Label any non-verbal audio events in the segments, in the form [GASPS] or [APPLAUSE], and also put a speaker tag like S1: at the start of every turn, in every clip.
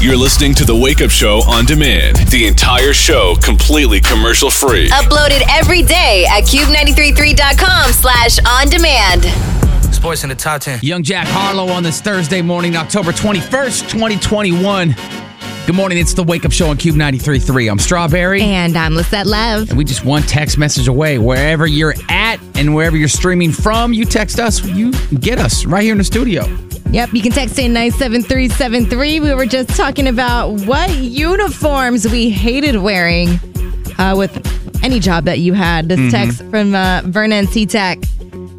S1: You're listening to The Wake Up Show on demand. The entire show completely commercial free.
S2: Uploaded every day at cube933.com slash on demand.
S3: Sports in the top 10.
S4: Young Jack Harlow on this Thursday morning, October 21st, 2021. Good morning. It's the Wake Up Show on Cube 93.3. I'm Strawberry.
S2: And I'm Lisette Love.
S4: And we just one text message away. Wherever you're at and wherever you're streaming from, you text us, you get us right here in
S2: [LAUGHS]
S4: the studio.
S2: Yep, you can text in 97373. We were just talking about what uniforms we hated wearing uh, with any job that you had. This
S4: Mm-hmm.
S2: text from uh, Vernon C Tech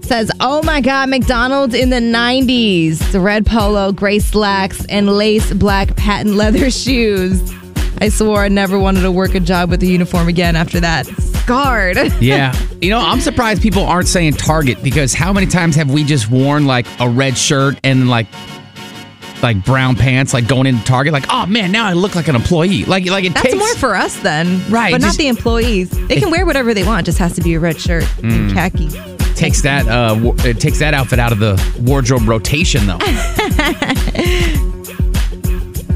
S2: says, Oh my God, McDonald's in the 90s. The red polo, gray slacks, and lace black patent leather [LAUGHS] shoes. I swore I never wanted to work a job with a uniform again after that. Scarred. [LAUGHS]
S4: Yeah. you know, I'm surprised people aren't saying Target because how many times have we just worn like a red shirt and like like brown pants like going into Target like, "Oh man, now I look like an employee." Like like it
S2: That's
S4: takes
S2: more for us then,
S4: Right,
S2: But not
S4: just-
S2: the employees. They can wear whatever they want. Just has to be a red shirt
S4: Mm.
S2: and khaki.
S4: takes that uh wa- it takes that outfit out of the wardrobe rotation though.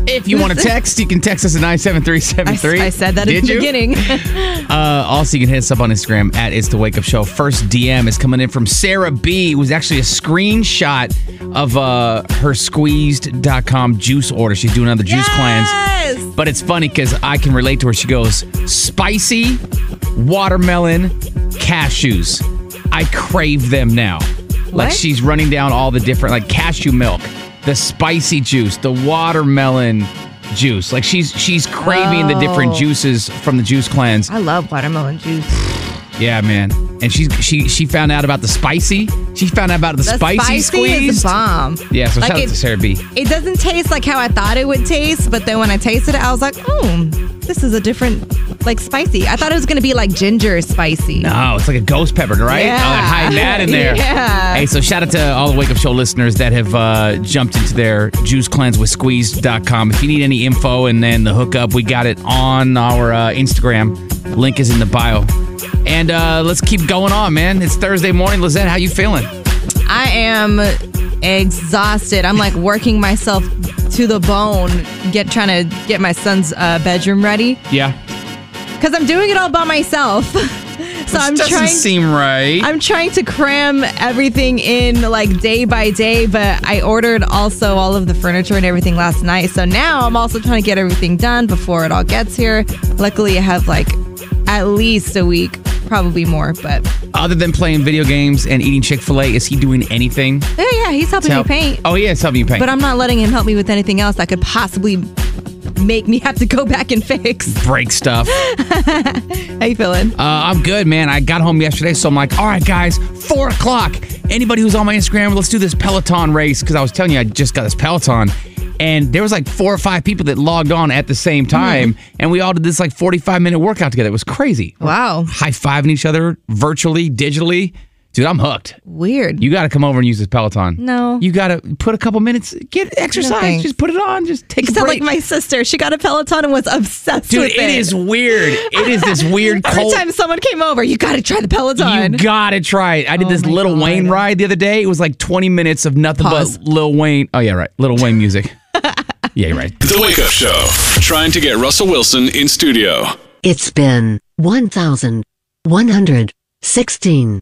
S4: if you want
S2: [LAUGHS]
S4: to text, you can text us at
S2: I,
S4: 97373.
S2: I said that
S4: Did
S2: in the
S4: you? [LAUGHS]
S2: beginning.
S4: Uh, also, you can hit us up on Instagram at It's the Wake Up Show. First DM is coming in from Sarah B. It was actually a screenshot of uh, her squeezed.com juice order. She's doing other juice plans.
S2: yes.
S4: But it's funny because I can relate to her. She goes, spicy, watermelon, cashews. I crave them now. Like
S2: What?
S4: she's running down all the different, like cashew milk, the spicy juice, the watermelon juice. Like she's she's craving the different
S2: Oh.
S4: juices from the juice cleanse.
S2: I love watermelon juice.
S4: Yeah, man. And she's she she found out about the spicy. She found out about the,
S2: The
S4: spicy, squeeze.
S2: is bomb.
S4: Yeah, so
S2: Like
S4: shout out
S2: it-
S4: to Sarah B.
S2: It doesn't taste like how I thought it would taste, but then when I tasted it, I was like, oh, this is a different, like spicy. I thought it was gonna be like ginger spicy.
S4: Oh, it's like a ghost pepper, right?
S2: Yeah.
S4: Oh, they're hiding that in
S2: [LAUGHS]
S4: there.
S2: Yeah.
S4: Hey, so shout out to all the Wake Up Show listeners that have uh, jumped into their juice cleanse with squeeze.com. If you need any info and then the hookup, we got it on our uh, Instagram. Link is in the bio. And uh, let's keep going on, man. It's Thursday morning. Lizette, how you feeling?
S2: I am exhausted. I'm like working myself to the bone, get trying to get my son's uh, bedroom ready
S4: Yeah.
S2: because I'm doing it all by myself. [LAUGHS] so I'm
S4: doesn't
S2: trying.
S4: seem right.
S2: I'm trying to cram everything in like day by day, but I ordered also all of the furniture and everything last night. So now I'm also trying to get everything done before it all gets here. Luckily, I have like at least a week, probably more. But
S4: Other than playing video games and eating Chick fil A, is he doing anything?
S2: yeah, oh, yeah, he's helping me paint.
S4: Oh, yeah, it's helping you paint.
S2: But I'm not letting him help me with anything else that could possibly make me have to go [LAUGHS] back and fix.
S4: break stuff. Uh,
S2: How you feeling?
S4: I'm good, man. I got home yesterday, so I'm like, all right, guys, four o'clock. Anybody who's on my Instagram, let's do this Peloton race because I was telling you I just got this Peloton. And there was like four or five people that logged on at the
S2: Hmm.
S4: same time, and we all did this like 45 minute workout together. It was crazy.
S2: wow,
S4: High fiving each other virtually, digitally. Dude, I'm hooked.
S2: weird.
S4: You got to come over and use this Peloton.
S2: No.
S4: You got to put a couple minutes, get exercise,
S2: thanks.
S4: just put it on, just take
S2: You
S4: a
S2: sound
S4: break.
S2: like my sister. She got a Peloton and was obsessed
S4: Dude,
S2: with it.
S4: it is weird. It is this
S2: [LAUGHS]
S4: weird
S2: Every
S4: cold.
S2: time someone came over, you got to try the Peloton.
S4: You gotta try it. I did
S2: Oh
S4: this
S2: my
S4: Little
S2: God.
S4: Wayne ride the other day. It was like 20 minutes of nothing
S2: Pause.
S4: but Lil Wayne. Oh yeah, right. Little
S2: [LAUGHS]
S4: Wayne music. yeah, you're right.
S1: The Wake Up Show. Trying to get Russell Wilson in studio.
S5: It's been 1,116.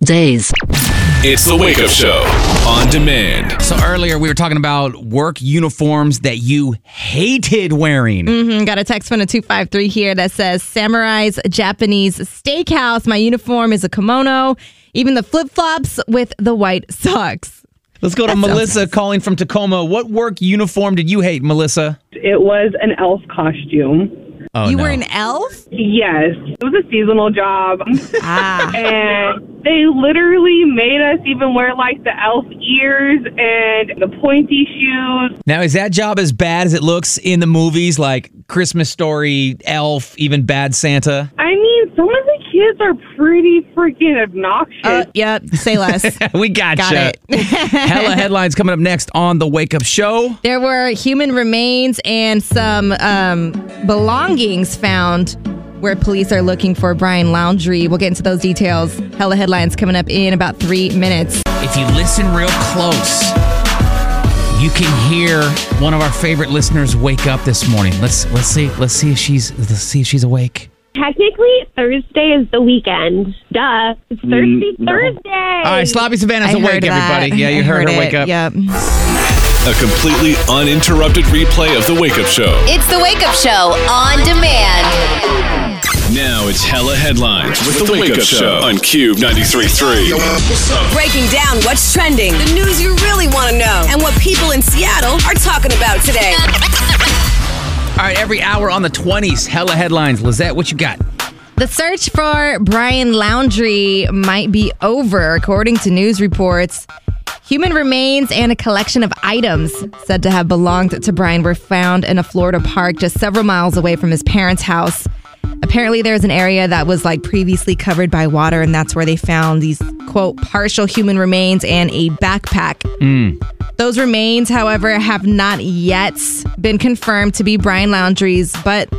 S5: days.
S1: It's the Wake Up Show on demand.
S4: So earlier we were talking about work uniforms that you hated wearing.
S2: Mm, Got a text from a 253 here that says Samurai's Japanese Steakhouse. My uniform is a kimono, even the flip flops with the white socks.
S4: Let's go to Melissa calling from Tacoma. What work uniform did you hate, Melissa?
S6: It was an elf costume.
S4: Oh,
S2: you
S4: no.
S2: were an elf?
S6: Yes, it was a
S5: [LAUGHS]
S6: seasonal job.
S2: Ah.
S6: and they literally made us even wear like the elf ears and the pointy shoes.
S4: Now, is that job as bad as it looks in the movies like Christmas Story, Elf, even Bad Santa? [LAUGHS]
S6: I mean, some of the kids are pretty freaking obnoxious.
S2: [LAUGHS] Uh, yep, say
S4: [LAUGHS]
S2: less.
S4: We gotcha.
S2: Got it. [LAUGHS]
S4: Hella headlines coming up next on The Wake Up Show.
S2: There were human remains and some um, belongings found where police are looking for Brian Laundry. We'll get into those details. Hella headlines coming up in about three minutes.
S4: If you listen real close, you can hear one of our favorite listeners wake up this morning. Let's let's see let's see if she's let's see if she's awake.
S7: Technically, Thursday is the weekend. Duh. It's Thirsty Thursday.
S4: Mm, All right, Sloppy Savannah's
S2: I heard
S4: awake, everybody.
S2: that.
S4: Yeah, you
S2: I
S4: heard, her
S2: it.
S4: wake up.
S2: Yep.
S1: A completely uninterrupted replay of The Wake Up Show.
S8: It's the Wake Up Show on demand.
S1: Now it's Hella Headlines with, The Wake Up Show on Cube 93.3.
S8: Breaking down what's trending, the news you really want to know, and what people in Seattle are talking about today.
S4: All right, every hour on the 20s, hella headlines. Lizette, what you got?
S2: The search for Brian Laundry might be over, according to news reports. Human remains and a collection of items said to have belonged to Brian were found in a Florida park just several miles away from his parents' house. Apparently, there's an area that was like previously covered by water, and that's where they found these quote partial human remains and a backpack. Those remains, however, have not yet been confirmed to be Brian Laundrie's, but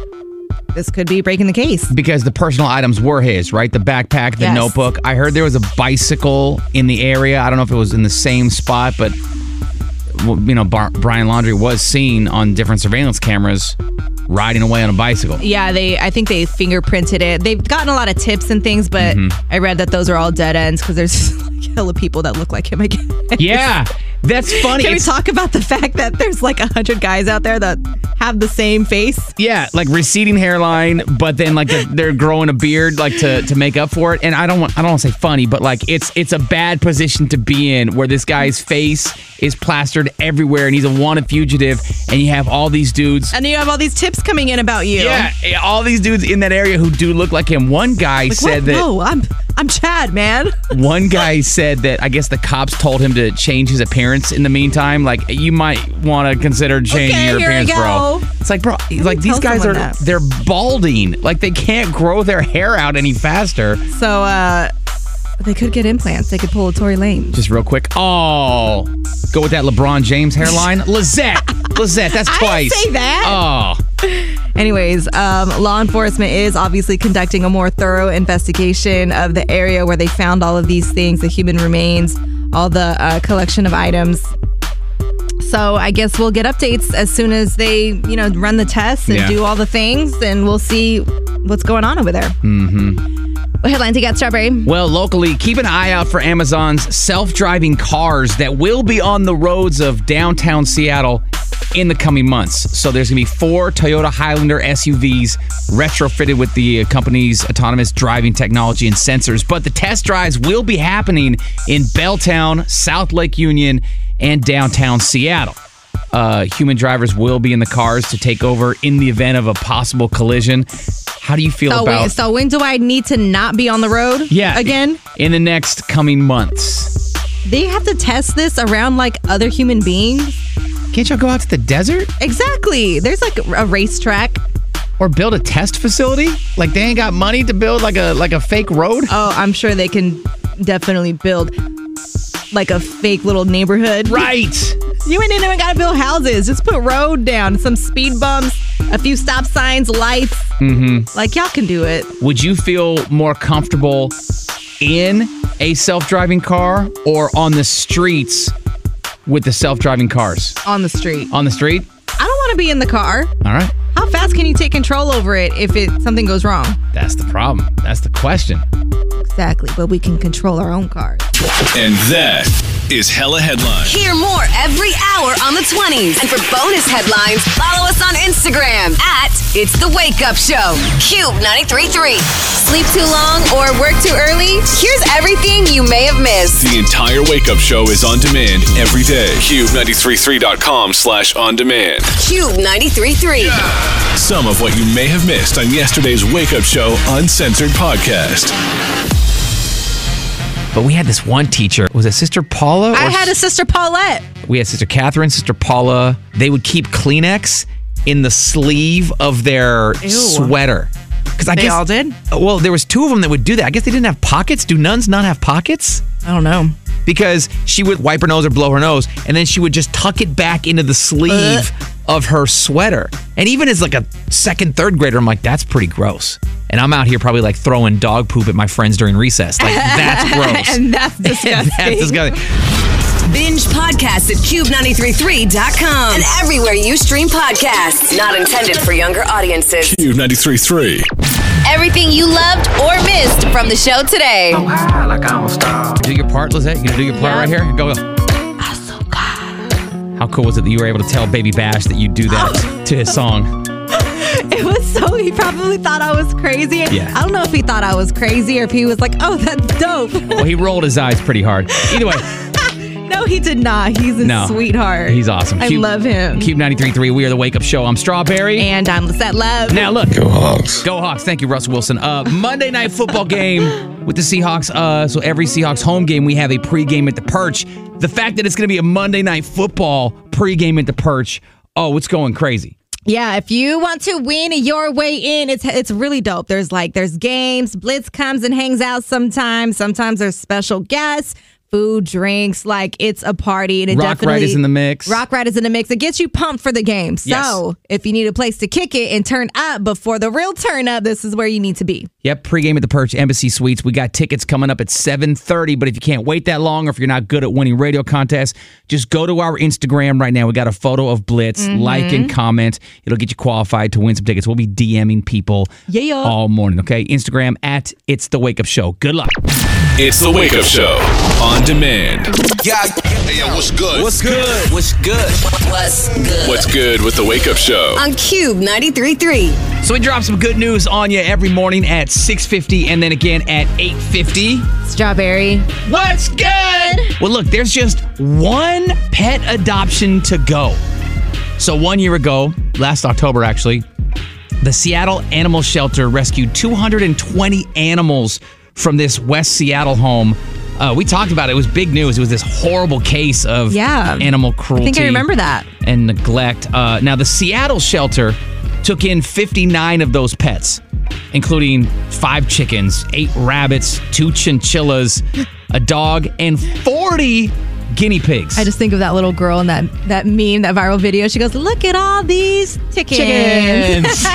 S2: this could be breaking the case.
S4: Because the personal items were his, right? The backpack, the
S2: Yes.
S4: notebook. I heard there was a bicycle in the area. I don't know if it was in the same spot, but well, you know, Bar- Brian Laundry was seen on different surveillance cameras riding away on a bicycle.
S2: Yeah, they. I think they fingerprinted it. They've gotten a lot of tips and things, but
S4: Mm-hmm.
S2: I read that those are all dead ends because there's [LAUGHS] like hella people that look like him again. [LAUGHS]
S4: Yeah, that's funny.
S2: Can we
S4: It's-
S2: talk about the fact that there's like a hundred guys out there that have the same face?
S4: Yeah, like receding hairline, but then like they're, they're growing a beard, like to to make up for it. And I don't want I don't want to say funny, but like it's it's a bad position to be in where this guy's face is plastered everywhere, and he's a wanted fugitive, and you have all these dudes.
S2: And you have all these tips coming in about you.
S4: Yeah, all these dudes in that area who do look like him. One guy
S2: Like,
S4: said
S2: what?
S4: that
S2: No, I'm I'm Chad, man.
S4: one guy said that I guess the cops told him to change his appearance in the meantime. Like you might want to consider changing
S2: Okay,
S4: your
S2: here we
S4: appearance, bro.
S2: go.
S4: It's like, bro, like these
S2: tell
S4: guys
S2: someone
S4: are
S2: that.
S4: they're balding. Like they can't grow their hair out any faster.
S2: So uh they could get implants. They could pull a Tory Lane.
S4: Just real quick. Oh, go with that LeBron James hairline, Lizette.
S2: [LAUGHS]
S4: Lizette, that's
S2: didn't
S4: twice.
S2: say that.
S4: Oh,
S2: Anyways, um, law enforcement is obviously conducting a more thorough investigation of the area where they found all of these things the human remains, all the uh, collection of items. So I guess we'll get updates as soon as they, you know, run the tests and
S4: Yeah.
S2: do all the things, and we'll see what's going on over there. Mm-hmm. What headlines you got, Strawberry?
S4: Well, locally, keep an eye out for Amazon's self driving cars that will be on the roads of downtown Seattle in the coming months. So, there's going to be four Toyota Highlander SUVs retrofitted with the uh, company's autonomous driving technology and sensors. But the test drives will be happening in Belltown, South Lake Union, and downtown Seattle. Uh, human drivers will be in the cars to take over in the event of a possible collision. How do you feel
S2: So,
S4: about
S2: wait, so when do I need to not be on the road?
S4: yeah.
S2: Again,
S4: In the next coming months.
S2: they have to test this around like other human beings.
S4: Can't y'all go out to the desert
S2: Exactly. There's like a racetrack.
S4: or build a test facility? Like they ain't got money to build like a like a fake road?
S2: Oh, I'm sure they can definitely build like a fake little neighborhood.
S4: [LAUGHS] Right.
S2: You ain't even gotta build houses. Just put road down, some speed bumps, a few stop signs, lights. Mm-hmm. Like y'all can do it.
S4: Would you feel more comfortable in a self-driving car or on the streets with the self-driving cars?
S2: On the street.
S4: On the street?
S2: I don't wanna be in the car.
S4: All right.
S2: How fast can you take control over it if it something goes wrong?
S4: That's the problem. That's the question.
S2: Exactly, but we can control our own cars.
S1: And that is Hella Headlines.
S8: Hear more every hour on the 20s. And for bonus headlines, follow us on Instagram at It's the Wake Up Show. Cube 93.3. Sleep too long or work too early? Here's everything you may have missed.
S1: The entire Wake Up Show is on demand every day. Cube933.com slash on demand.
S8: Cube 93.3.
S1: Some of what you may have missed on yesterday's Wake Up Show Uncensored podcast.
S4: But we had this one teacher. Was it Sister Paula?
S2: I
S4: or
S2: had a sister Paulette.
S4: We had Sister Catherine, Sister Paula. They would keep Kleenex in the sleeve of their
S9: Ew.
S4: sweater. Because I
S9: They
S4: guess
S9: all did?
S4: Well, there was two of them that would do that. I guess they didn't have pockets. Do nuns not have pockets?
S2: I don't know.
S4: Because she would wipe her nose or blow her nose, and then she would just tuck it back into the sleeve of her sweater. And even as like a second, third grader, I'm like, that's pretty gross. And I'm out here probably like throwing dog poop at my friends during recess.
S9: [LAUGHS]
S4: Like that's gross.
S2: and that's disgusting.
S4: [LAUGHS] That's disgusting.
S8: Binge podcasts at cube933.com and everywhere you stream podcasts. Not intended for younger audiences.
S1: Cube933.
S8: Everything you loved or missed from the show today.
S4: Do your part, Lizette. You gonna do your part right here? Go. How cool was it that you were able to tell Baby Bash that you do
S2: Oh.
S4: that to his song?
S2: It was so he probably thought I was crazy.
S4: Yeah.
S2: I don't know if he thought I was crazy or if he was like, "Oh, that's dope."
S4: Well, he rolled his eyes pretty hard.
S2: [LAUGHS]
S4: Either way,
S2: no, he did not. He's a
S4: no.
S2: sweetheart.
S4: He's awesome.
S2: I love him.
S4: Cube 93.3, we are the Wake Up Show. I'm Strawberry.
S2: And I'm Lisette Love.
S4: Now look. Go Hawks. Go Hawks. Thank you, Russ Wilson. Uh, Monday night
S2: [GASPS]
S4: football game with the Seahawks. Uh, so every Seahawks home game, we have a pregame at the perch. The fact that it's going to be a Monday night football pregame at the perch, oh, it's going crazy.
S2: Yeah, if you want to win your way in, it's it's really dope. There's like there's games, Blitz comes and hangs out sometimes. Sometimes there's special guests, food, drinks. Like it's a party, and it
S4: Rock
S2: definitely
S4: Ride is in the mix.
S2: Rock Ride is in the mix. It gets you pumped for the game. So
S4: Yes.
S2: if you need a place to kick it and turn up before the real turn up, this is where you need to be.
S4: Yep, pregame at the Perch Embassy Suites. We got tickets coming up at 7:30, but if you can't wait that long or if you're not good at winning radio contests, just go to our Instagram right now. We got a photo of Blitz,
S2: Mhm.
S4: like and comment. It'll get you qualified to win some tickets. We'll be DMing people
S2: Yeah.
S4: all morning, okay? Instagram at It's the Wake Up Show. Good luck.
S1: It's the Wake Up Show on demand.
S10: Yeah. yeah, what's good? What's good? What's good?
S8: What's good?
S1: What's good with the Wake Up Show?
S8: On Cube 93.3.
S4: So we drop some good news on you every morning at 6:50 and then again at 8:50.
S2: Strawberry.
S4: What's good? Well, look, there's just one pet adoption to go. So, one year ago, last October actually, the Seattle Animal Shelter rescued 220 animals from this West Seattle home. Uh, we talked about it. It was big news. It was this horrible case of
S2: Yeah.
S4: animal
S2: I
S4: cruelty
S2: think I remember that.
S4: and neglect. Uh, now, the Seattle shelter took in 59 of those pets, including five chickens, eight rabbits, two chinchillas, a dog, and 40 guinea pigs.
S2: I just think of that little girl in that that meme, that viral video. She goes, "Look at all these chickens." [LAUGHS]
S4: Chickens.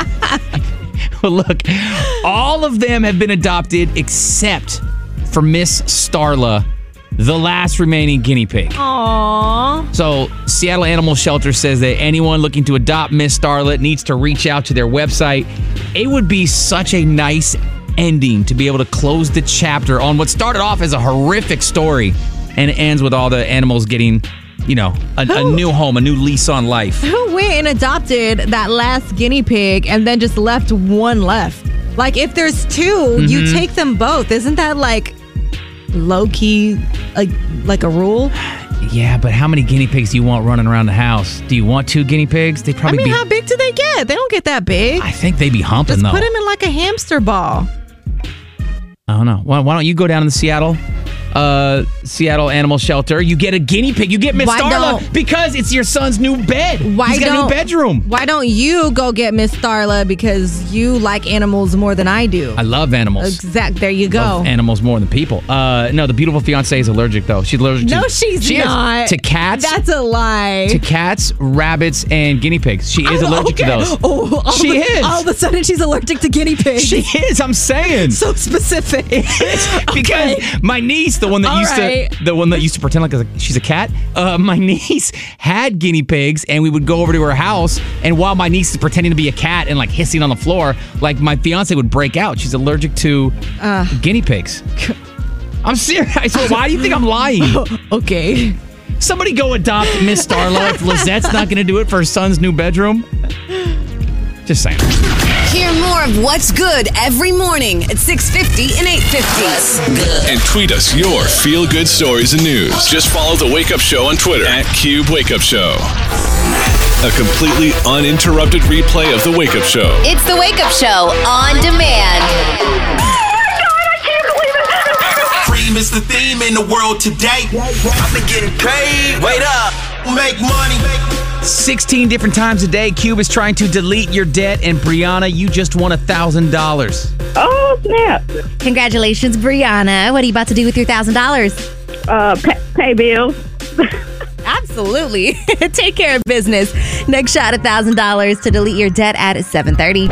S4: [LAUGHS] Well, look, all of them have been adopted except for Miss Starla, the last remaining guinea pig.
S2: Aww.
S4: So, Seattle Animal Shelter says that anyone looking to adopt Miss Starlet needs to reach out to their website. It would be such a nice ending to be able to close the chapter on what started off as a horrific story and it ends with all the animals getting, you know, a, a new home, a new lease on life.
S2: Who went and adopted that last guinea pig and then just left one left? Like, if there's 2 you
S4: Mhm.
S2: take them both. Isn't that like low key, like like a rule?
S4: Yeah, but how many guinea pigs do you want running around the house? Do you want two guinea pigs? They'd
S2: I
S4: probably
S2: mean,
S4: be.
S2: how big do they get? They don't get that big.
S4: I think they'd be humping
S2: Just
S4: though.
S2: put them in like a hamster ball.
S4: I don't know. Why, why don't you go down to the Seattle, uh, Seattle Animal Shelter? You get a guinea pig. You get Miss
S2: Why
S4: Starla
S2: don't-
S4: because it's your son's new bed.
S2: Why
S4: He's got a
S2: don't
S4: new bedroom.
S2: Why don't you go get Miss Starla because you like animals more than I do?
S4: I love animals.
S2: Exact. There you go.
S4: Love animals more than people. Uh, no, the beautiful fiance is allergic though. She's allergic.
S2: No,
S4: to,
S2: she's
S4: she is.
S2: not.
S4: to cats.
S2: That's a lie.
S4: to cats, rabbits, and guinea pigs. She is
S2: Oh,
S4: allergic
S2: okay.
S4: to those.
S2: Oh, all
S4: she
S2: of a-
S4: is.
S2: All of a sudden, she's [LAUGHS] allergic to guinea pigs.
S4: She is. I'm saying.
S2: so specific.
S4: [LAUGHS] because my niece the one that
S2: All
S4: used
S2: right.
S4: to the one that used to pretend like a, she's a cat. Uh, my [LAUGHS] niece had guinea pigs, and we would go over to her house. And while my niece is pretending to be a cat and like hissing on the floor, like my fiance would break out. She's allergic to guinea pigs. I'm serious. Why do you think I'm lying?
S2: [LAUGHS] okay.
S4: Somebody go adopt Miss Starla if Lizette's not going to do it for her son's new bedroom. Just saying.
S8: Hear more of what's good every morning at 650 and 850.
S1: And tweet us your feel good stories and news. Just follow The Wake Up Show on Twitter at Cube Wake Up Show. A completely uninterrupted replay of The Wake Up Show.
S8: It's the Wake Up Show on demand.
S2: Oh
S10: Cream is the theme in the world today. I've been getting paid. Wait up. Make money.
S4: 16 different times a day, Cube is trying to delete your debt, and Brianna, you just won $1,000.
S6: Oh, snap.
S2: Congratulations, Brianna. What are you about to do with your $1,000?
S6: Uh, pay, pay bills.
S2: Absolutely. [LAUGHS] Take care of business. Next shot, $1,000 to delete your debt at 730.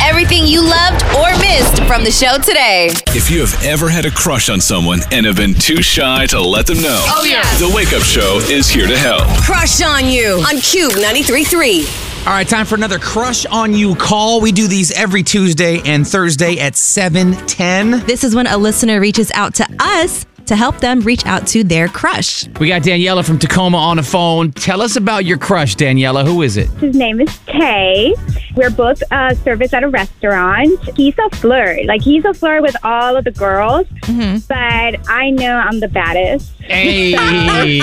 S8: Everything you loved or missed from the show today.
S1: If you have ever had a crush on someone and have been too shy to let them know,
S8: Oh, yeah.
S1: The Wake Up Show is here to help.
S8: Crush on you on Cube 93.3.
S4: All right, time for another Crush on You call. We do these every Tuesday and Thursday at 7:10.
S2: This is when a listener reaches out to us to help them reach out to their crush.
S4: We got Daniela from Tacoma on the phone. Tell us about your crush, Daniela. Who is it?
S9: His name is Tay. We're both uh, service at a restaurant. He's a flirt. Like, he's a flirt with all of the girls,
S4: Mm-hmm.
S9: but I know I'm the baddest.
S4: Hey.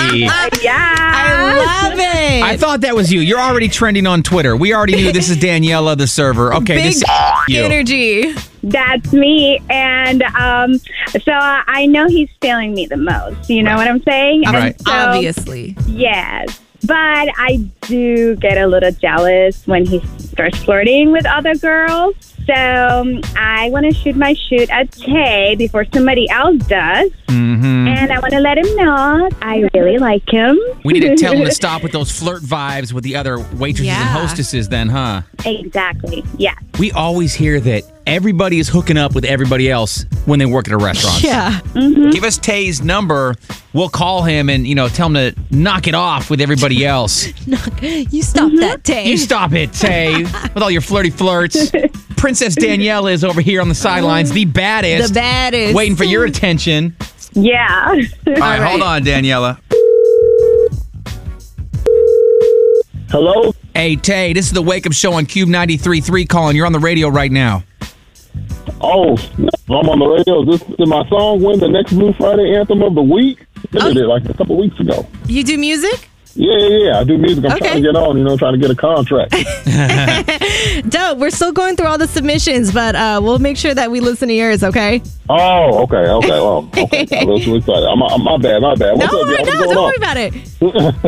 S4: [LAUGHS]
S9: yeah. I
S2: love it.
S4: I thought that was you. You're already trending on Twitter. We already knew this is Daniela, the server. Okay, this is you.
S2: energy.
S9: That's me. And um, so uh, I know he's feeling me the most. You know what I'm saying?
S2: I
S9: And
S2: mean,
S9: so-
S2: Obviously.
S9: Yes. But I do get a little jealous when he starts flirting with other girls. So um, I want to shoot my shoot at Tay before somebody else does.
S4: Mm-hmm.
S9: And I want to let him know I really like him.
S4: We need to tell him to stop with those flirt vibes with the other waitresses and
S9: Yeah.
S4: hostesses, then, huh?
S9: [LAUGHS] exactly. Yeah.
S4: We always hear that everybody is hooking up with everybody else when they work at a restaurant.
S2: Yeah. Mm-hmm.
S4: Give us Tay's number. We'll call him and, you know, tell him to knock it off with everybody else.
S2: You stop
S11: Mm-hmm.
S2: that, Tay. [LAUGHS]
S4: you stop it, Tay, with all your flirty flirts. Princess Danielle is over here on the sidelines, the baddest.
S2: The baddest.
S4: Waiting for your attention.
S9: Yeah. [LAUGHS]
S4: All right, hold on, Daniela.
S11: Hello?
S4: Hey, Tay, this is the Wake Up Show on Cube 93.3 calling. You're on the radio right now.
S11: Oh, I'm on the radio. This did my song win the next Blue Friday anthem of the week? I did it like a couple weeks ago.
S2: You do music?
S11: Yeah, yeah, yeah. I do music. I'm
S2: Okay.
S11: trying to get on. You know, trying to get a contract.
S2: Dope. We're still going through all the submissions, but uh, we'll make sure that we listen to yours, okay?
S11: oh, okay,
S2: [LAUGHS]
S11: okay. Well, okay. I'm a little too excited. I'm, I'm, my bad, my bad.
S2: No,
S11: What's up,
S2: no,
S11: y'all? What's
S2: don't
S11: going
S2: worry about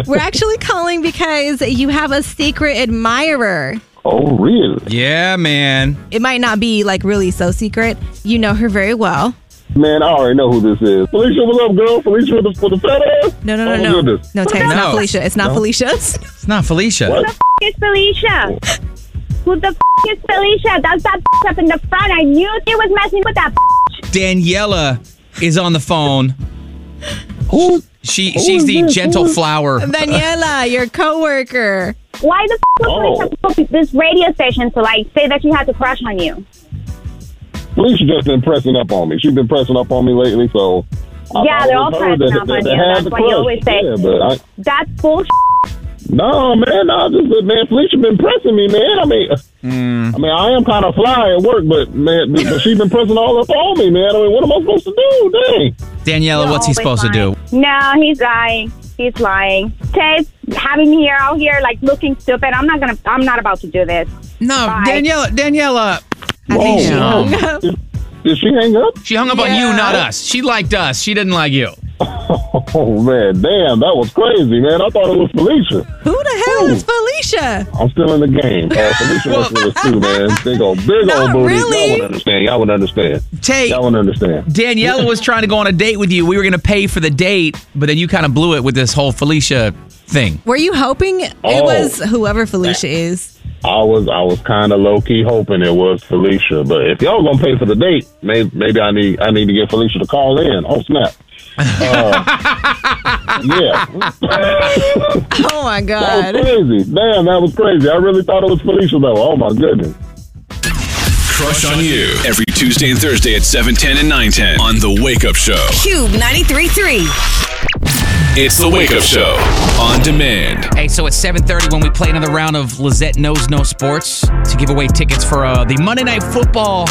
S2: it. We're actually calling because you have a secret admirer.
S11: on? [LAUGHS] Oh, really?
S4: Yeah, man.
S2: It might not be like really so secret. You know her very well.
S11: Man, I already know who this is. Felicia, what's up, girl? Felicia with the, with the fat ass?
S2: No, no, no,
S11: Oh, my
S2: no.
S11: goodness.
S2: No, Tay, it's
S4: No.
S2: not Felicia. It's not
S4: No.
S2: Felicia.
S4: It's not Felicia.
S11: What?
S9: F- is Felicia? Who the f- is Felicia? That's that f- up in the front. I knew he was messing with that. F-
S4: Daniela is on the phone. She she's the gentle flower.
S2: Daniela, your coworker.
S9: Why the f-
S11: Oh.
S9: was Felicia book this radio station to like say that she has a crush on you?
S11: Felicia just been pressing up on me. She's been pressing up on me lately, so. I've
S9: yeah, they're all
S11: always heard
S9: pressing
S11: that-
S9: up
S11: that-
S9: on
S11: that
S9: you.
S11: had
S9: That's
S11: the
S9: why you
S11: crush.
S9: always say
S11: Yeah, but I,
S9: that's bullshit.
S11: No, man, no, just uh, man, Felicia been pressing me, man. I mean, I mean, I am kind of fly at work, but man, but but she been pressing all up on me, man. I mean, what am I supposed to do? Dang.
S4: Daniela, what's he supposed to do?
S9: No, he's lying. He's lying. Tay, having me here out here like looking stupid. I'm not gonna. I'm not about to do this.
S4: No,
S9: Bye.
S4: Daniela, Daniela.
S11: Whoa. Did, did she hang up?
S4: She hung up on you, not us. She liked us. She didn't like you.
S11: Oh man, damn, that was crazy, man. I thought it was Felicia.
S2: Who the hell is Felicia?
S11: I'm still in the game. Uh, Felicia was with us too, man. Big old, big old booty. Y'all wouldn't understand. Y'all wouldn't understand.
S4: Tate.
S11: Y'all wouldn't understand.
S4: Daniela was trying to go on a date with you. We were going to pay for the date, but then you kind of blew it with this whole Felicia thing.
S2: Were you hoping it
S11: Oh.
S2: was whoever Felicia is? [LAUGHS]
S11: I was I was kind of low key hoping it was Felicia, but if y'all gonna pay for the date, may, maybe I need I need to get Felicia to call in. Oh snap!
S2: [LAUGHS]
S11: Uh, [LAUGHS] yeah.
S2: Oh my
S11: That
S2: god.
S11: was crazy. Damn, that was crazy. I really thought it was Felicia, though. Oh, my goodness.
S1: Crush on you every Tuesday and Thursday at 7:10 and 9:10 on the Wake Up Show.
S8: Cube 93.3.
S1: It's the Wake Up Show on demand.
S4: Hey, so it's 7:30 when we play another round of Lizette Knows No Sports to give away tickets for uh, the Monday Night Football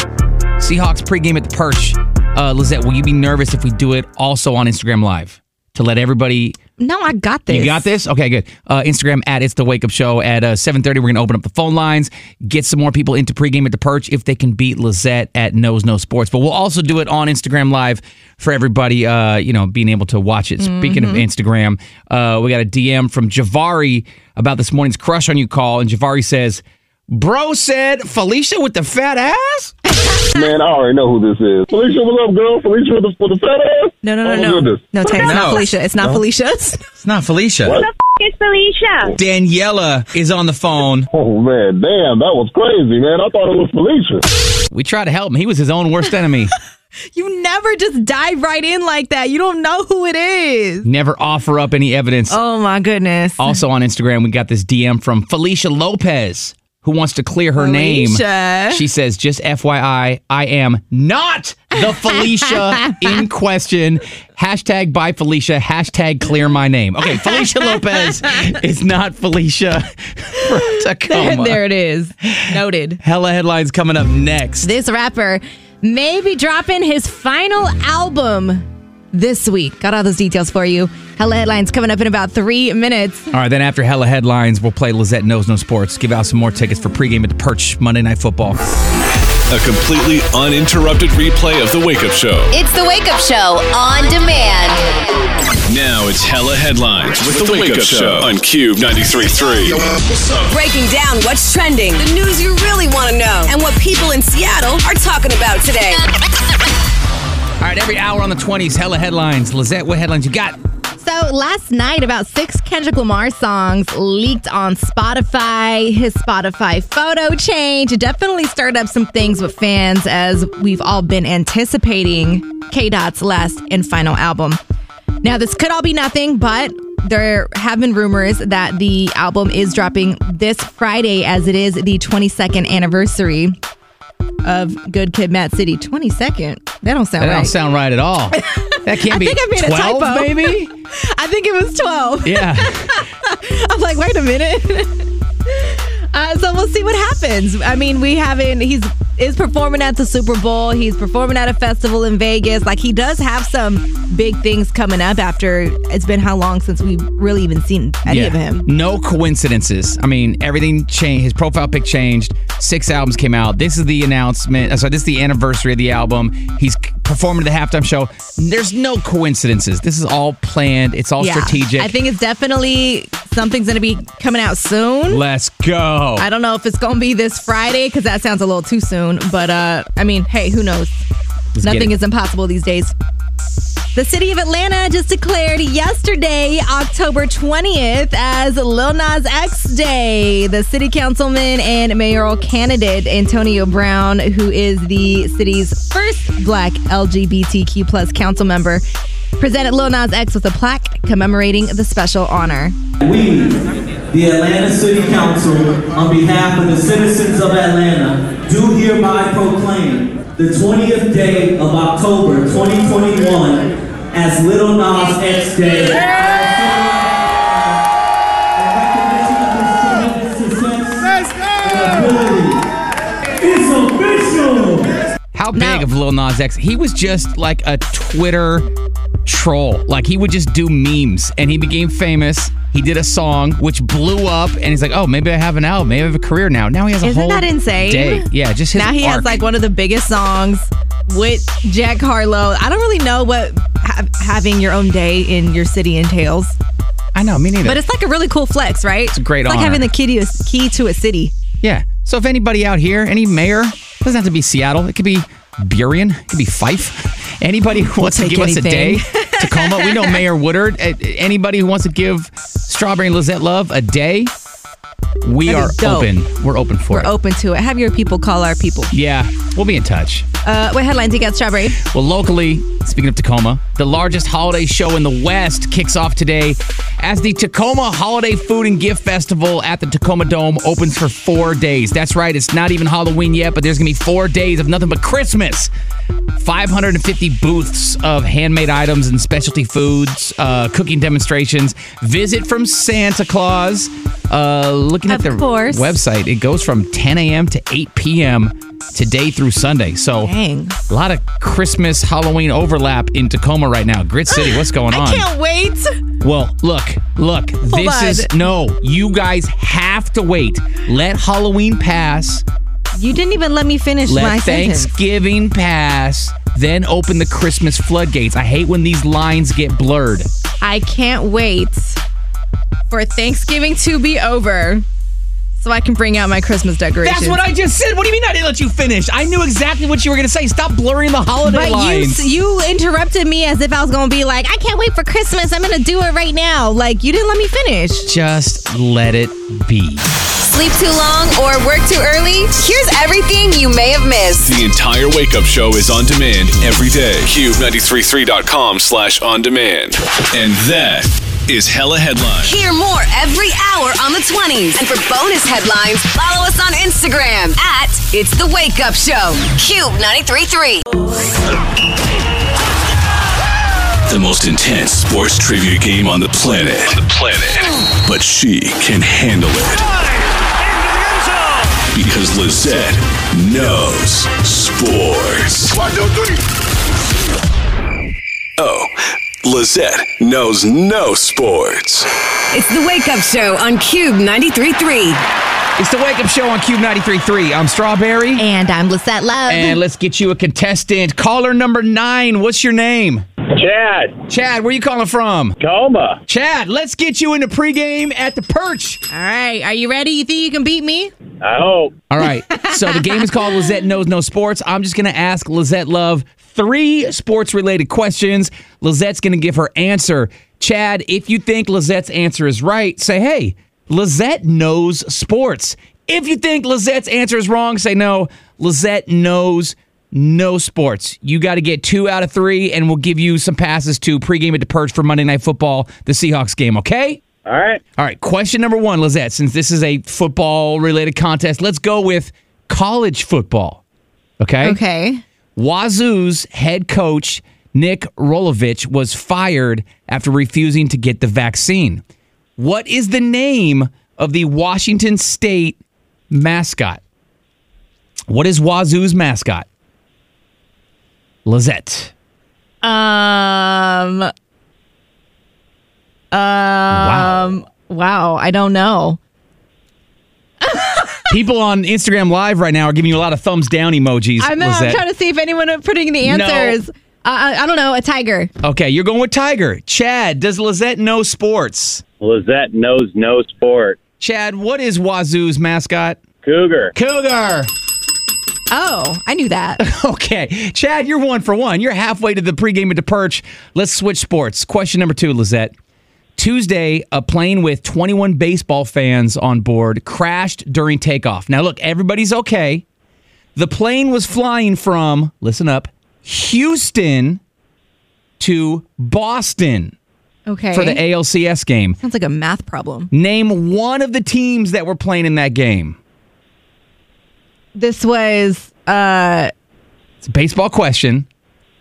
S4: Seahawks pregame at the Perch. Uh, Lizette, will you be nervous if we do it also on Instagram Live to let everybody?
S2: No, I got this.
S4: You got this? Okay, good. Uh, Instagram at it's the Wake Up Show at uh, 7:30. We're gonna open up the phone lines, get some more people into pregame at the Perch if they can beat Lizette at Knows No Sports. But we'll also do it on Instagram Live for everybody. Uh, you know, being able to watch it. Speaking of
S2: Mm-hmm.
S12: Mhm.
S4: Instagram, uh, we got a DM from Javari about this morning's crush on you call, and Javari says, "Bro said Felicia with the fat ass."
S11: Man, I already know who this is. Felicia, what's up, girl? Felicia with the, with the fat ass?
S2: No, no, no,
S11: oh, my
S2: no.
S11: Goodness.
S2: No, Tanner, it's not Felicia. It's not
S4: No.
S2: Felicia.
S4: It's not Felicia.
S11: What?
S9: It's Felicia.
S4: Daniela is on the phone.
S11: Oh man, damn, that was crazy, man. I thought it was Felicia.
S4: We tried to help him. He was his own worst
S2: [LAUGHS]
S4: enemy.
S2: You never just dive right in like that. You don't know who it is.
S4: Never offer up any evidence.
S2: Oh my goodness.
S4: Also on Instagram, we got this DM from Felicia Lopez who wants to clear her
S2: Felicia.
S4: name. She says, just FYI, I am not the
S2: [LAUGHS]
S4: Felicia in question. Hashtag by Felicia, hashtag clear my name.
S2: [LAUGHS]
S4: Okay, Felicia Lopez is not Felicia from Tacoma.
S2: there it is. Noted.
S4: Hella headlines coming up next.
S2: This rapper may be dropping his final album this week. Got all those details for you. Hella headlines coming up in about three minutes.
S4: All right, then after Hella Headlines, we'll play Lizette Knows No Sports, give out some more tickets for pregame at the Perch Monday Night Football.
S1: A completely uninterrupted replay of the Wake Up Show.
S8: It's the Wake Up Show on demand.
S1: Now it's hella headlines with, the Wake Up, Show on Cube 93.3.
S8: Breaking down what's trending, the news you really want to know, and what people in Seattle are talking about today.
S4: All right, every hour on the 20s, Hella Headlines. Lizette, what headlines you got?
S2: So last night, about six Kendrick Lamar songs leaked on Spotify. His Spotify photo change definitely stirred up some things with fans as we've all been anticipating K Dot's last and final album. Now, this could all be nothing, but there have been rumors that the album is dropping this Friday as it is the 22nd anniversary of Good Kid Mad City. 22nd? That don't sound
S4: that
S2: right.
S4: don't sound right
S2: [LAUGHS]
S4: at all. That can't
S2: I
S4: be
S2: think I made
S4: 12,
S2: a typo. [LAUGHS]
S4: maybe?
S2: I think it was 12.
S4: Yeah.
S2: I'm like, wait a minute. [LAUGHS] uh, so we'll see what happens. I mean, we haven't. He's is performing at the Super Bowl. He's performing at a festival in Vegas. Like he does have some big things coming up. After it's been how long since we've really even seen any of him?
S4: No coincidences. I mean, everything changed. His profile pic changed. Six albums came out. This is the announcement. uh, So this is the anniversary of the album. He's c- performing at the halftime show. There's no coincidences. This is all planned. It's all strategic.
S2: I think it's definitely something's going to be coming out soon.
S4: Let's go.
S2: I don't know if it's going to be this Friday because that sounds a little too soon. But uh, I mean, hey, who knows?
S4: Let's get
S2: Nothing
S4: it.
S2: is impossible these days. The city of Atlanta just declared yesterday, October 20th, as Lil Nas X Day. The city councilman and mayoral candidate, Antonio Brown, who is the city's first black LGBTQ plus council member, presented Lil Nas X with a plaque commemorating the special honor.
S13: We, the Atlanta City Council, on behalf of the citizens of Atlanta, do hereby proclaim the 20th day of October 2021 as Little Nas X Day. It's official!
S4: How big of Lil Nas X? He was just like a Twitter troll. Like he would just do memes and he became famous. He did a song which blew up and he's like, oh, maybe I have an album. Maybe I have a career now. Now he has a
S2: Isn't
S4: whole
S2: that insane?
S4: day. Yeah, just his
S2: now he has
S4: arc.
S2: like one of the biggest songs with Jack Harlow. I don't really know what ha- having your own day in your city entails.
S4: I know, me neither.
S2: But it's like a really cool flex, right? It's a
S4: great
S2: It's like
S4: honor.
S2: having the key to a, key to a city.
S4: Yeah. So if anybody out here, any mayor, doesn't have to be Seattle. It could be Burien. It could be Fife. Anybody who wants to
S2: take
S4: give us a day,
S2: anything.
S4: Tacoma.
S2: [LAUGHS]
S4: We know Mayor Woodard. A- Anybody who wants to give Strawberry and Lizette Love a day, We
S2: That
S4: are
S2: is dope.
S4: open. We're open for
S2: We're
S4: it.
S2: open to it. Have your people call our people.
S4: Yeah, we'll be in touch.
S2: Uh, what headlines you got, Strawberry?
S4: Well, locally, speaking of Tacoma, the largest holiday show in the West kicks off today as the Tacoma Holiday Food and Gift Festival at the Tacoma Dome opens for four days. That's right, it's not even Halloween yet, but there's gonna be four days of nothing but Christmas. 550 booths of handmade items and specialty foods, uh, cooking demonstrations, visit from Santa Claus. Uh, looking at the
S2: course.
S4: website, it goes from 10 a.m. to 8 p.m. today through Sunday. So
S2: Dang.
S4: a lot of Christmas Halloween overlap in Tacoma right now.
S2: [GASPS]
S4: Grit City, what's going on?
S2: I can't wait.
S4: Well, look, look, this
S2: on.
S4: is no, you guys have to wait. Let Halloween pass,
S2: You didn't even let me finish
S4: let
S2: my sentence.
S4: Thanksgiving pass, then open the Christmas floodgates. I hate when these lines get blurred.
S2: I can't wait for Thanksgiving to be over so I can bring out my Christmas decorations.
S4: That's what I just said. What do you mean I didn't let you finish? I knew exactly what you were going to say. Stop blurring the holiday
S2: But
S4: lines.
S2: you you interrupted me as if I was going to be like, I can't wait for Christmas. I'm going to do it right now. Like you didn't let me finish.
S4: just let it be.
S8: Sleep too long or work too early? Here's everything you may have missed.
S1: The entire Wake Up Show is on demand every day. Cube933.com slash on demand. And that is Hella Headlines.
S8: Hear more every hour on the 20s. And for bonus headlines, follow us on Instagram at It's The Wake Up Show. Cube 93.3.
S1: The most intense sports trivia game on the planet. On the planet. But she can handle it. Because Lizette knows sports. One, two, three. Oh, Lizette knows no sports.
S8: It's The Wake Up Show on Cube 93.3.
S4: It's the Wake Up Show on Cube 93.3. I'm Strawberry.
S2: And I'm Lisette Love.
S4: And let's get you a contestant. Caller number nine, what's your name? Chad. Chad, where you calling from? Tacoma. Chad, let's get you into pregame at the perch.
S2: All right. Are you ready? You think you can beat me?
S4: I hope. All right. So the game is called Lizette Knows No Sports. I'm just going to ask Lizette Love three sports related questions. Lizette's going to give her answer. Chad, if you think Lizette's answer is right, say, hey, Lizette knows sports. If you think Lizette's answer is wrong, say, no, Lizette knows no sports. You got to get two out of three, and we'll give you some passes to pregame at the perch for Monday Night Football, the Seahawks game, okay? All right. All right. Question number one, Lizette, since this is a football related contest, let's go with college football. Okay.
S2: Okay.
S4: Wazoo's head coach, Nick Rolovich, was fired after refusing to get the vaccine. What is the name of the Washington State mascot? What is Wazoo's mascot? Lizette.
S2: Um. Um. Wow. I don't know.
S4: People on Instagram Live right now are giving you a lot of thumbs down emojis.
S2: I know. I'm
S4: Lizette.
S2: trying to see if anyone are putting the
S4: No.
S2: answers. Uh, I, I, I don't know. A tiger.
S4: Okay, you're going with Tiger. Chad, does Lizette know sports? Lizette knows no sport. Chad, what is Wazoo's mascot? Cougar. Cougar. [LAUGHS]
S2: Oh, I knew that.
S4: Okay. Chad, you're one for one. You're halfway to the pregame at the perch. Let's switch sports. Question number two, Lizette. Tuesday, a plane with 21 baseball fans on board crashed during takeoff. Now, look, everybody's okay. The plane was flying from, listen up, Houston to Boston
S2: [LAUGHS] Okay.
S4: for the ALCS game.
S2: Sounds like a math problem.
S4: Name one of the teams that were playing in that game.
S2: This was uh
S4: It's a baseball question.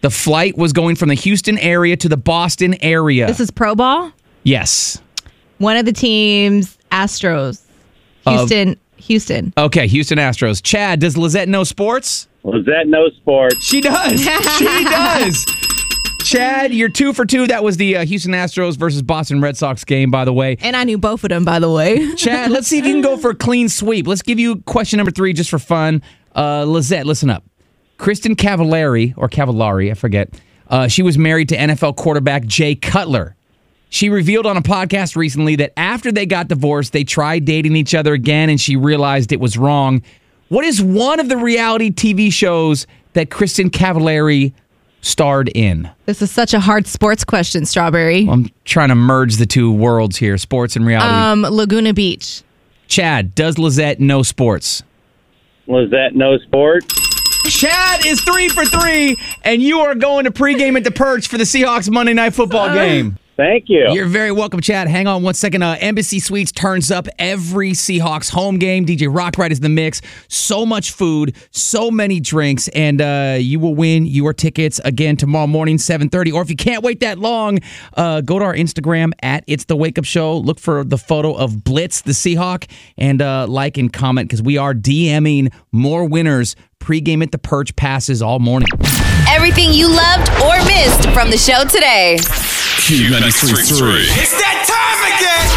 S4: The flight was going from the Houston area to the Boston area.
S2: this is pro ball.
S4: yes.
S2: One of the teams, Astros.
S4: Of-
S2: Houston. Houston.
S4: Okay, Houston Astros. Chad, does Lizette know sports? Lizette knows sports.
S2: [LAUGHS]
S4: She does. She does. Chad, you're two for two. That was the uh, Houston Astros versus Boston Red Sox game, by the way.
S2: And I knew both of them, by the way.
S4: Chad, let's see if you can go for a clean sweep. Let's give you question number three just for fun. Uh, Lizette, listen up. Kristen Cavallari, or Cavallari, I forget, uh, she was married to NFL quarterback Jay Cutler. She revealed on a podcast recently that after they got divorced, they tried dating each other again and she realized it was wrong. What is one of the reality TV shows that Kristen Cavallari starred in?
S2: [LAUGHS] This is such a hard sports question, Strawberry. Uh,
S4: I'm trying to merge the two worlds here sports and reality.
S2: Um, Laguna Beach.
S4: Chad, does Lizette know sports?
S12: Lizette knows sports.
S4: Chad is three for three, and you are going to pregame at the Perch for the Seahawks Monday Night Football game.
S12: Thank you.
S4: You're very welcome, Chad. Hang on one second. Uh, Embassy Suites turns up every Seahawks home game. DJ Rockwright is in the mix. So much food, so many drinks, and uh, you will win your tickets again tomorrow morning, 7.30. Or if you can't wait that long, uh, go to our Instagram at It's The Wake Up Show. Look for the photo of Blitz, the Seahawk, and uh, like and comment because we are DMing more winners pregame at the Perch passes all morning.
S8: Everything you loved or missed from the show today.
S1: Q93.3.
S10: It's that time again.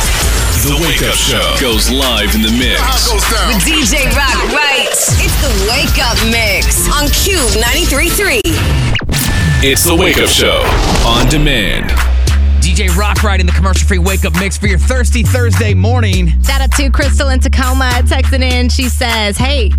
S1: The Wake Up Show goes live in the mix.
S8: With DJ Rock Right. It's the Wake Up Mix on Cube 93.3.
S1: It's The Wake Up Show on demand.
S4: DJ Rockride in the commercial free wake up mix for your thirsty Thursday morning.
S2: Shout out to Crystal in Tacoma texting in. She says, Hey,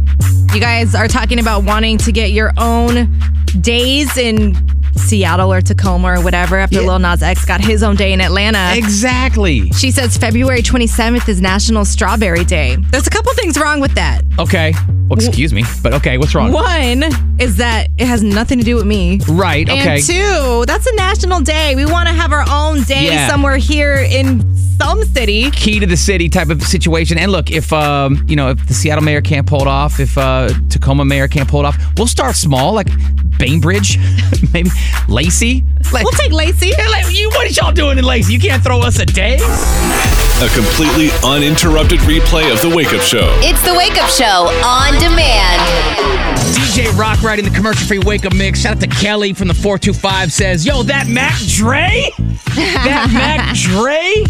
S2: you guys are talking about wanting to get your own days in Seattle or Tacoma or whatever after Lil Nas X got his own day in Atlanta.
S4: Exactly.
S2: She says February 27th is National Strawberry Day. There's a couple things wrong with that.
S4: Okay. Well, excuse me, but okay, what's wrong?
S2: One is that it has nothing to do with me.
S4: Right, okay.
S2: And two, that's a national day. We want to have our own day
S4: Yeah.
S2: somewhere here in some city.
S4: Key to the city type of situation. And look, if um, you know, if the Seattle mayor can't pull it off, if uh, Tacoma mayor can't pull it off, we'll start small, like Bainbridge, [LAUGHS] maybe Lacey. Like,
S2: we'll take Lacey.
S4: you, what are y'all doing in Lacey? You can't throw us a day.
S1: A completely uninterrupted replay of The Wake Up Show.
S8: It's the Wake Up Show on demand.
S4: DJ Rockride in the commercial free wake up mix. Shout out to Kelly from the 425 says, Yo, that Mac Dre?
S9: [LAUGHS]
S4: That Mac Dre?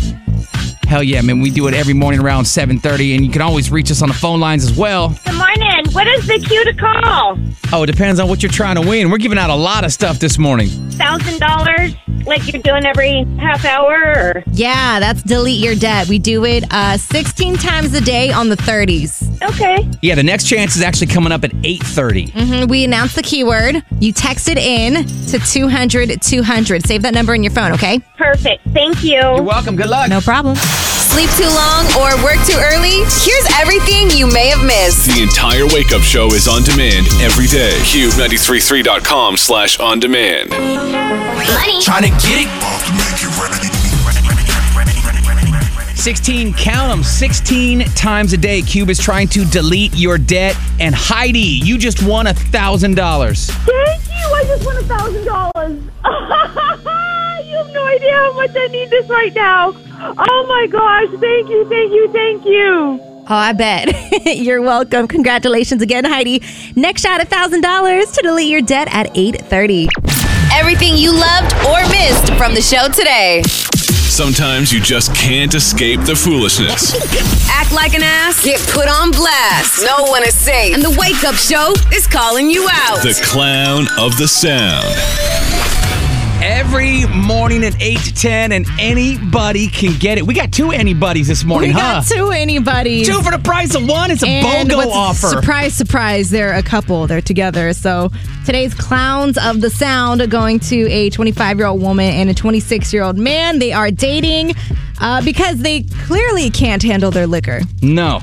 S4: Hell yeah, man. We do it every morning around 7.30, and you can always reach us on the phone lines as well.
S9: Good morning. What is the cue to call?
S4: Oh, it depends on what you're trying to win. We're giving out a lot of stuff this morning.
S9: Thousand dollars, like you're doing every half hour. Or...
S2: Yeah, that's delete your debt. We do it uh, 16 times a day on the 30s.
S9: Okay.
S4: Yeah, the next chance is actually coming up at 8.30.
S9: Mm-hmm.
S2: hmm We announce the keyword. You text it in to 200 200. Save that number in your phone, okay?
S9: Perfect. Thank you.
S4: You're welcome. Good luck.
S2: No problem.
S8: Sleep too long or work too early? Here's everything you may have missed.
S1: The entire Wake Up Show is on demand every day. Cube933.com slash on demand.
S10: Trying to get it.
S4: 16, count them, 16 times a day. Cube is trying to delete your debt. And Heidi, you just won a $1,000.
S6: Thank you. I just won a thousand dollars. [LAUGHS] You have no idea how much I need this right now. Oh my gosh! Thank you, thank you, thank you.
S2: Oh, I bet. [LAUGHS] You're welcome. Congratulations again, Heidi. Next shot, $1,000 to delete your debt at 830.
S8: Everything you loved or missed from the show today.
S1: Sometimes you just can't escape the foolishness.
S8: Act like an ass, get put on blast. No one is safe. And the Wake Up Show is calling you out.
S1: The clown of the sound.
S4: Every morning at 8 to 10, and anybody can get it. We got two anybody's this morning,
S2: we
S4: huh?
S2: got two anybody.
S4: Two for the price of one. It's a
S2: and
S4: BOGO
S2: what's-
S4: offer.
S2: Surprise, surprise. They're a couple. They're together. So today's clowns of the sound are going to a 25 year old woman and a 26 year old man. They are dating uh, because they clearly can't handle their liquor.
S4: No.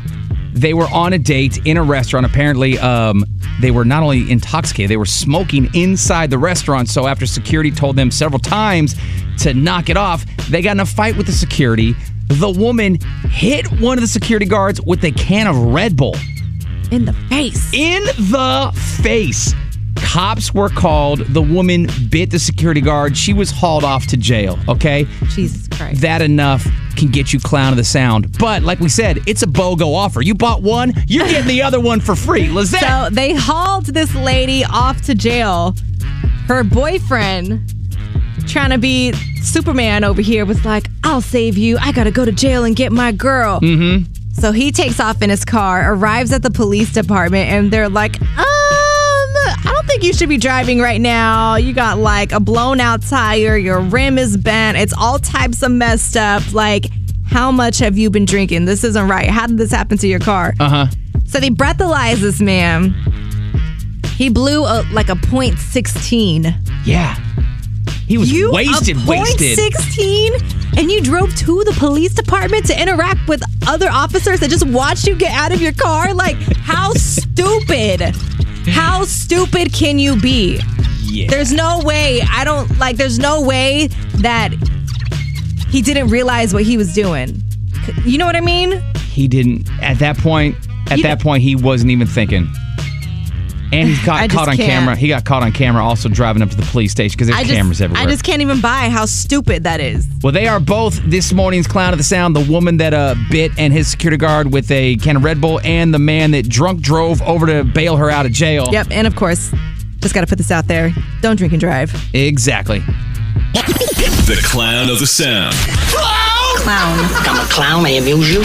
S4: They were on a date in a restaurant. Apparently, um, they were not only intoxicated, they were smoking inside the restaurant. So, after security told them several times to knock it off, they got in a fight with the security. The woman hit one of the security guards with a can of Red Bull.
S2: In the face.
S4: In the face. Cops were called. The woman bit the security guard. She was hauled off to jail, okay?
S2: Jesus Christ.
S4: That enough can get you clown of the sound. But like we said, it's a BOGO offer. You bought one, you're getting the other one for free. Lizette.
S2: So they hauled this lady off to jail. Her boyfriend, trying to be Superman over here, was like, I'll save you. I got to go to jail and get my girl.
S4: mm-hmm.
S2: So he takes off in his car, arrives at the police department, and they're like, um, I don't think you should be driving right now. You got like a blown out tire, your rim is bent, it's all types of messed up. Like, how much have you been drinking? This isn't right. How did this happen to your car?
S4: Uh huh.
S2: So they breathalyzed this man. He blew a, like a point sixteen.
S4: Yeah. He was
S2: You
S4: wasted,
S2: a point
S4: wasted.
S2: sixteen, and you drove to the police department to interact with other officers that just watched you get out of your car? Like, how stupid? How stupid can you be?
S4: Yeah.
S2: There's no way. I don't like. There's no way that he didn't realize what he was doing. You know what I mean?
S4: He didn't at that point. At
S2: You
S4: that
S2: don't-
S4: point, he wasn't even thinking. And he
S2: [SIGHS] I
S4: got
S2: just
S4: caught on
S2: can't.
S4: camera. He got caught on camera also driving up to the police station because there's
S2: I just,
S4: cameras everywhere.
S2: I just can't even buy how stupid that is.
S4: Well, they are both this morning's clown of the sound. The woman that uh, bit and his security guard with a can of Red Bull, and the man that drunk drove over to bail her out of jail.
S2: Yep, and of course, just got to put this out there. Don't drink and drive.
S4: Exactly.
S1: The clown of the sound.
S8: Clown.
S5: I'm a clown. I amuse you.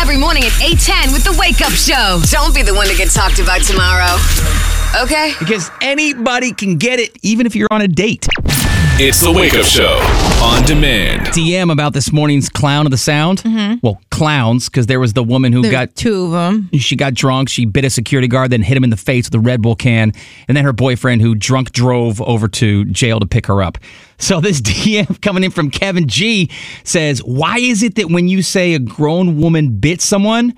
S8: Every morning at 810 with the Wake Up Show. Don't be the one to get talked about tomorrow. Okay?
S4: Because anybody can get it, even if you're on a date.
S1: It's the Wake Up Show on demand.
S4: DM about this morning's clown of the sound.
S2: Mhm.
S4: Well, clowns, because there was the woman who
S2: There's
S4: got
S2: two of them.
S4: Mm-hmm. She got drunk. She bit a security guard, then hit him in the face with a Red Bull can, and then her boyfriend, who drunk drove over to jail to pick her up. So this [LAUGHS] DM coming in from Kevin G says, "Why is it that when you say a grown woman bit someone?"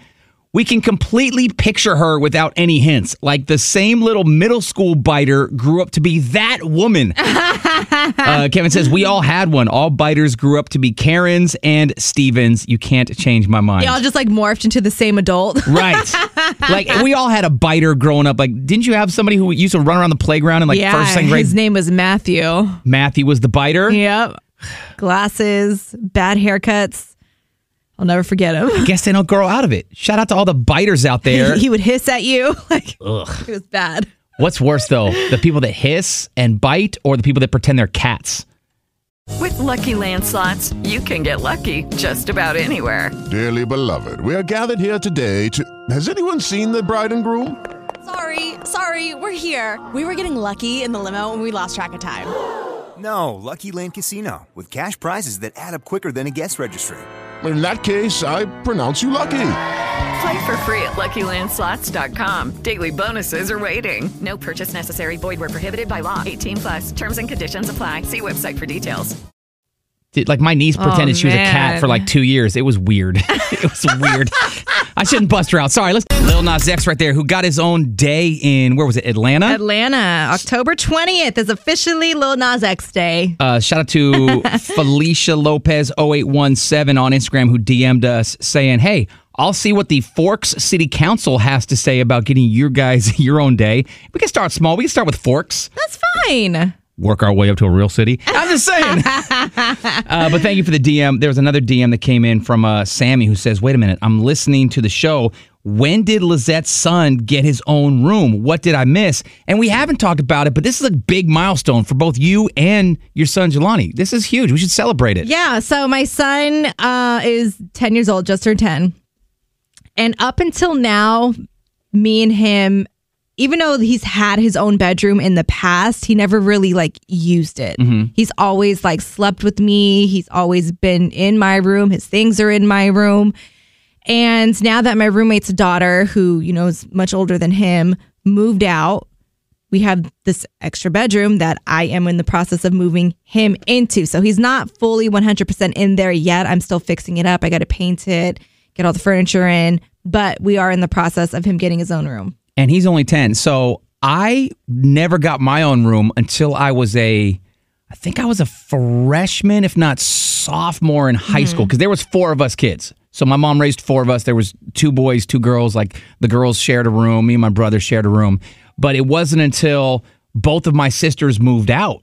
S4: We can completely picture her without any hints. Like the same little middle school biter grew up to be that woman. Uh, Kevin says, We all had one. All biters grew up to be Karens and Stevens. You can't change my mind.
S2: They all just like morphed into the same
S4: [LAUGHS]
S2: adult. [LAUGHS]
S4: Right. like we all had a biter growing up. Like, didn't you have somebody who used to run around the playground in like
S2: yeah,
S4: first second grade?
S2: His name was Matthew.
S4: Matthew was the biter.
S2: Yep. Glasses, bad haircuts. I'll never forget him. [LAUGHS]
S4: Guess they don't grow out of it. Shout out to all the biters out there.
S2: he would hiss at you. [LAUGHS] Like
S4: Ugh.
S2: it was bad.
S4: What's worse though, the people that hiss and bite, or the people that pretend they're cats?
S14: With Lucky Land slots, you can get lucky just about anywhere.
S15: Dearly beloved, we are gathered here today to. Has anyone seen the bride and groom?
S16: Sorry, sorry, we're here. We were getting lucky in the limo and we lost track of time.
S17: No, Lucky Land Casino, with cash prizes that add up quicker than a guest registry.
S15: In that case, I pronounce you lucky.
S14: Play for free at LuckyLandSlots.com. Daily bonuses are waiting. No purchase necessary. Void were prohibited by law. 18 plus. Terms and conditions apply. See website for details.
S4: Did- Like my niece
S14: Oh,
S4: pretended she was a cat
S14: man.
S4: for like two years. It was weird. [LAUGHS] it was weird. I shouldn't bust her out. Sorry. Let's Lil Nas X right there, who got his own day in where was it? Atlanta.
S2: Atlanta, October 20th is officially Lil Nas X Day.
S4: Uh, shout out to Felicia Lopez 0817 on Instagram who DM'd us saying, Hey, I'll see what the Forks City Council has to say about getting your guys [LAUGHS] your own day. We can start small. We can start with Forks,
S2: That's fine.
S4: work our way up to a real city. I'm just saying. Uh, but thank you for the DM. There was another DM that came in from uh, Sammy who says, Wait a minute, I'm listening to the show. When did Lizette's son get his own room? What did I miss? And we haven't talked about it, but this is a big milestone for both you and your son, Jelani. This is huge. We should celebrate it.
S2: Yeah. So my son uh, is 10 years old, just turned 10. And up until now, me and him, even though he's had his own bedroom in the past, he never really like used it.
S18: Mhm.
S2: He's always like slept with me. He's always been in my room. His things are in my room. And now that my roommate's daughter, who, you know, is much older than him, moved out, we have this extra bedroom that I am in the process of moving him into. So he's not fully 100% in there yet. I'm still fixing it up. I got to paint it, get all the furniture in, but we are in the process of him getting his own room.
S4: And he's only 10. So I never got my own room until I was a. I think I was a freshman, if not sophomore in high school,
S2: Hmm.
S4: because there was four of us kids. So my mom raised four of us. There was two boys, two girls. Like the girls shared a room. Me and my brother shared a room. But it wasn't until both of my sisters moved out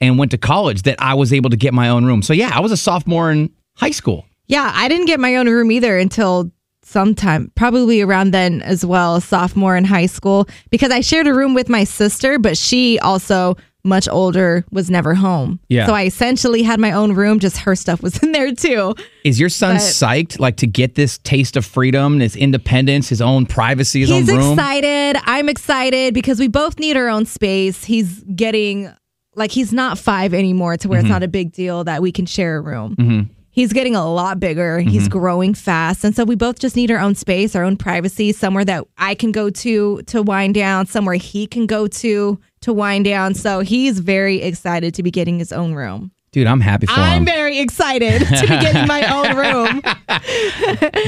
S4: and went to college that I was able to get my own room. So yeah, I was a sophomore in high school.
S2: Yeah, I didn't get my own room either until sometime, probably around then as well, sophomore in high school, because I shared a room with my sister, but she also much older was never home.
S4: Yeah.
S2: So I essentially had my own room, just her stuff was [LAUGHS] in there too.
S4: Is your son
S2: But-
S4: psyched like to get this taste of freedom, this independence, his own privacy, his
S2: He's
S4: own room?
S2: excited. I'm excited because we both need our own space. He's getting like he's not 5 anymore to where
S4: Mhm.
S2: it's not a big deal that we can share a room.
S4: Mm-hmm.
S2: He's getting a lot bigger. He's
S4: Mhm.
S2: growing fast. And so we both just need our own space, our own privacy, somewhere that I can go to to wind down, somewhere he can go to to wind down. So he's very excited to be getting his own room.
S4: Dude, I'm happy for
S2: I'm
S4: him.
S2: very excited to be getting my own room.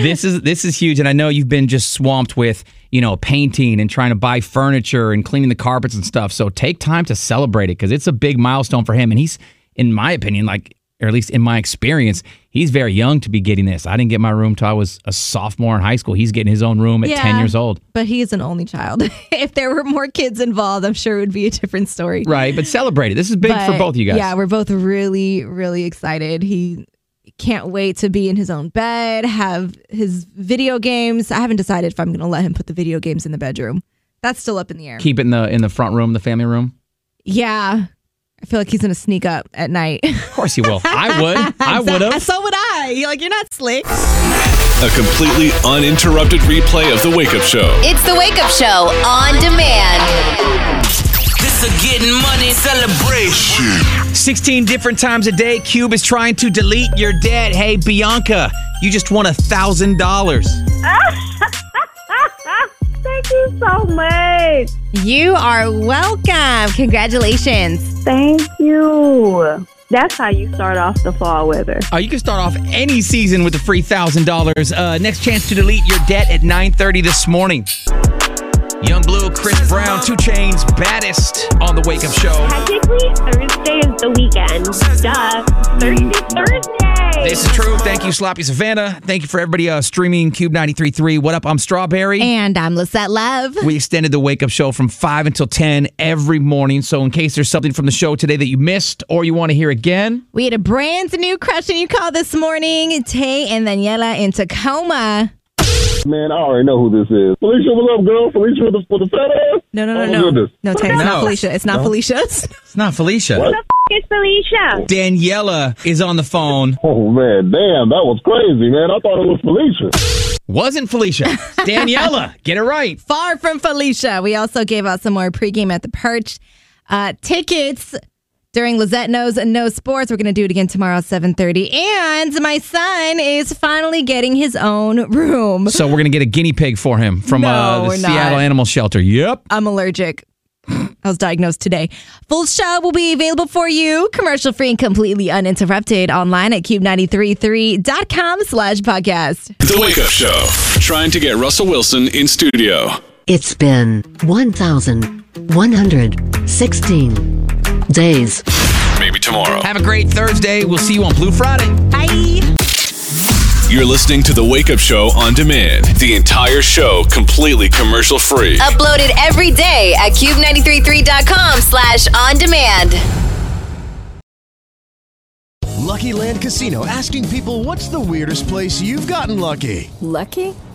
S4: this is this is huge, and I know you've been just swamped with you know painting and trying to buy furniture and cleaning the carpets and stuff. So take time to celebrate it because it's a big milestone for him, and he's, in my opinion, like or at least in my experience, he's very young to be getting this. I didn't get my room till I was a sophomore in high school. He's getting his own room at ten
S2: Yeah.
S4: years old.
S2: But he is an only child. [LAUGHS] if there were more kids involved, I'm sure it would be a different story.
S4: Right, but celebrate it. This is big for
S2: But,
S4: both of you guys.
S2: Yeah, we're both really, really excited. He can't wait to be in his own bed, have his video games. I haven't decided if I'm going to let him put the video games in the bedroom. That's still up in the air.
S4: Keep it in the in the front room, the family room.
S2: yeah. I feel like he's going to sneak up at night. [LAUGHS]
S4: Of course he will. I would. I would have.
S2: so would I. You're like, you're not slick.
S1: A completely uninterrupted replay of The Wake Up Show.
S8: It's the Wake Up Show on demand.
S3: This a getting money celebration.
S4: 16 different times a day, Cube is trying to delete your debt. Hey, Bianca, you just won $1,000.
S6: Thank you so much.
S2: You are welcome. Congratulations.
S6: Thank you. That's how you start off the fall weather.
S4: Oh, you can start off any season with the free $1,000. Uh, next chance to delete your debt at 9.30 this morning. Young Blue, Chris Brown, Two Chains, baddest on The Wake Up Show.
S7: Technically, Thursday is the weekend. Duh. Thursday, Thursday.
S4: This is true. Thank you, Sloppy Savannah. Thank you for everybody uh, streaming Cube 93.3. What up? I'm Strawberry.
S2: And I'm Lisette Love.
S4: We extended the wake up show from 5 until 10 every morning. So, in case there's something from the show today that you missed or you want to hear again,
S2: We had a brand new crush and you call this morning, Tay and Daniela in Tacoma.
S11: Man, I already know who this is. Felicia, what's up, girl? Felicia with the, with the fat ass?
S2: No, no, no,
S11: Oh, my
S2: no.
S11: goodness.
S2: No, Tay, it's
S4: No.
S2: not Felicia. It's not
S4: No.
S2: Felicia.
S4: it's not Felicia.
S11: What?
S6: [LAUGHS] It's Felicia.
S4: Daniela is on the phone.
S11: Oh, man, damn, that was crazy, man. I thought it was Felicia.
S4: Wasn't Felicia. [LAUGHS] Daniela, get it right.
S2: Far from Felicia. We also gave out some more pregame at the perch. Uh, tickets during Lizette Knows No Sports. We're going to do it again tomorrow at 7.30. And my son is finally getting his own room.
S4: So, we're going to get a guinea pig for him from uh,
S2: No,
S4: the
S2: we're not.
S4: Seattle Animal Shelter. Yep.
S2: I'm allergic. I was diagnosed today. Full show will be available for you, commercial free and completely uninterrupted online at cube933.com slash podcast.
S1: The Wake Up Show. Trying to get Russell Wilson in studio.
S5: It's been 1,116 days.
S1: Maybe tomorrow.
S4: Have a great Thursday. We'll see you on Blue Friday.
S2: Bye.
S1: You're listening to The Wake Up Show on demand. The entire show completely commercial free.
S8: Uploaded every day at cube933.com slash on demand.
S18: Lucky Land Casino asking people what's the weirdest place you've gotten lucky?
S14: Lucky?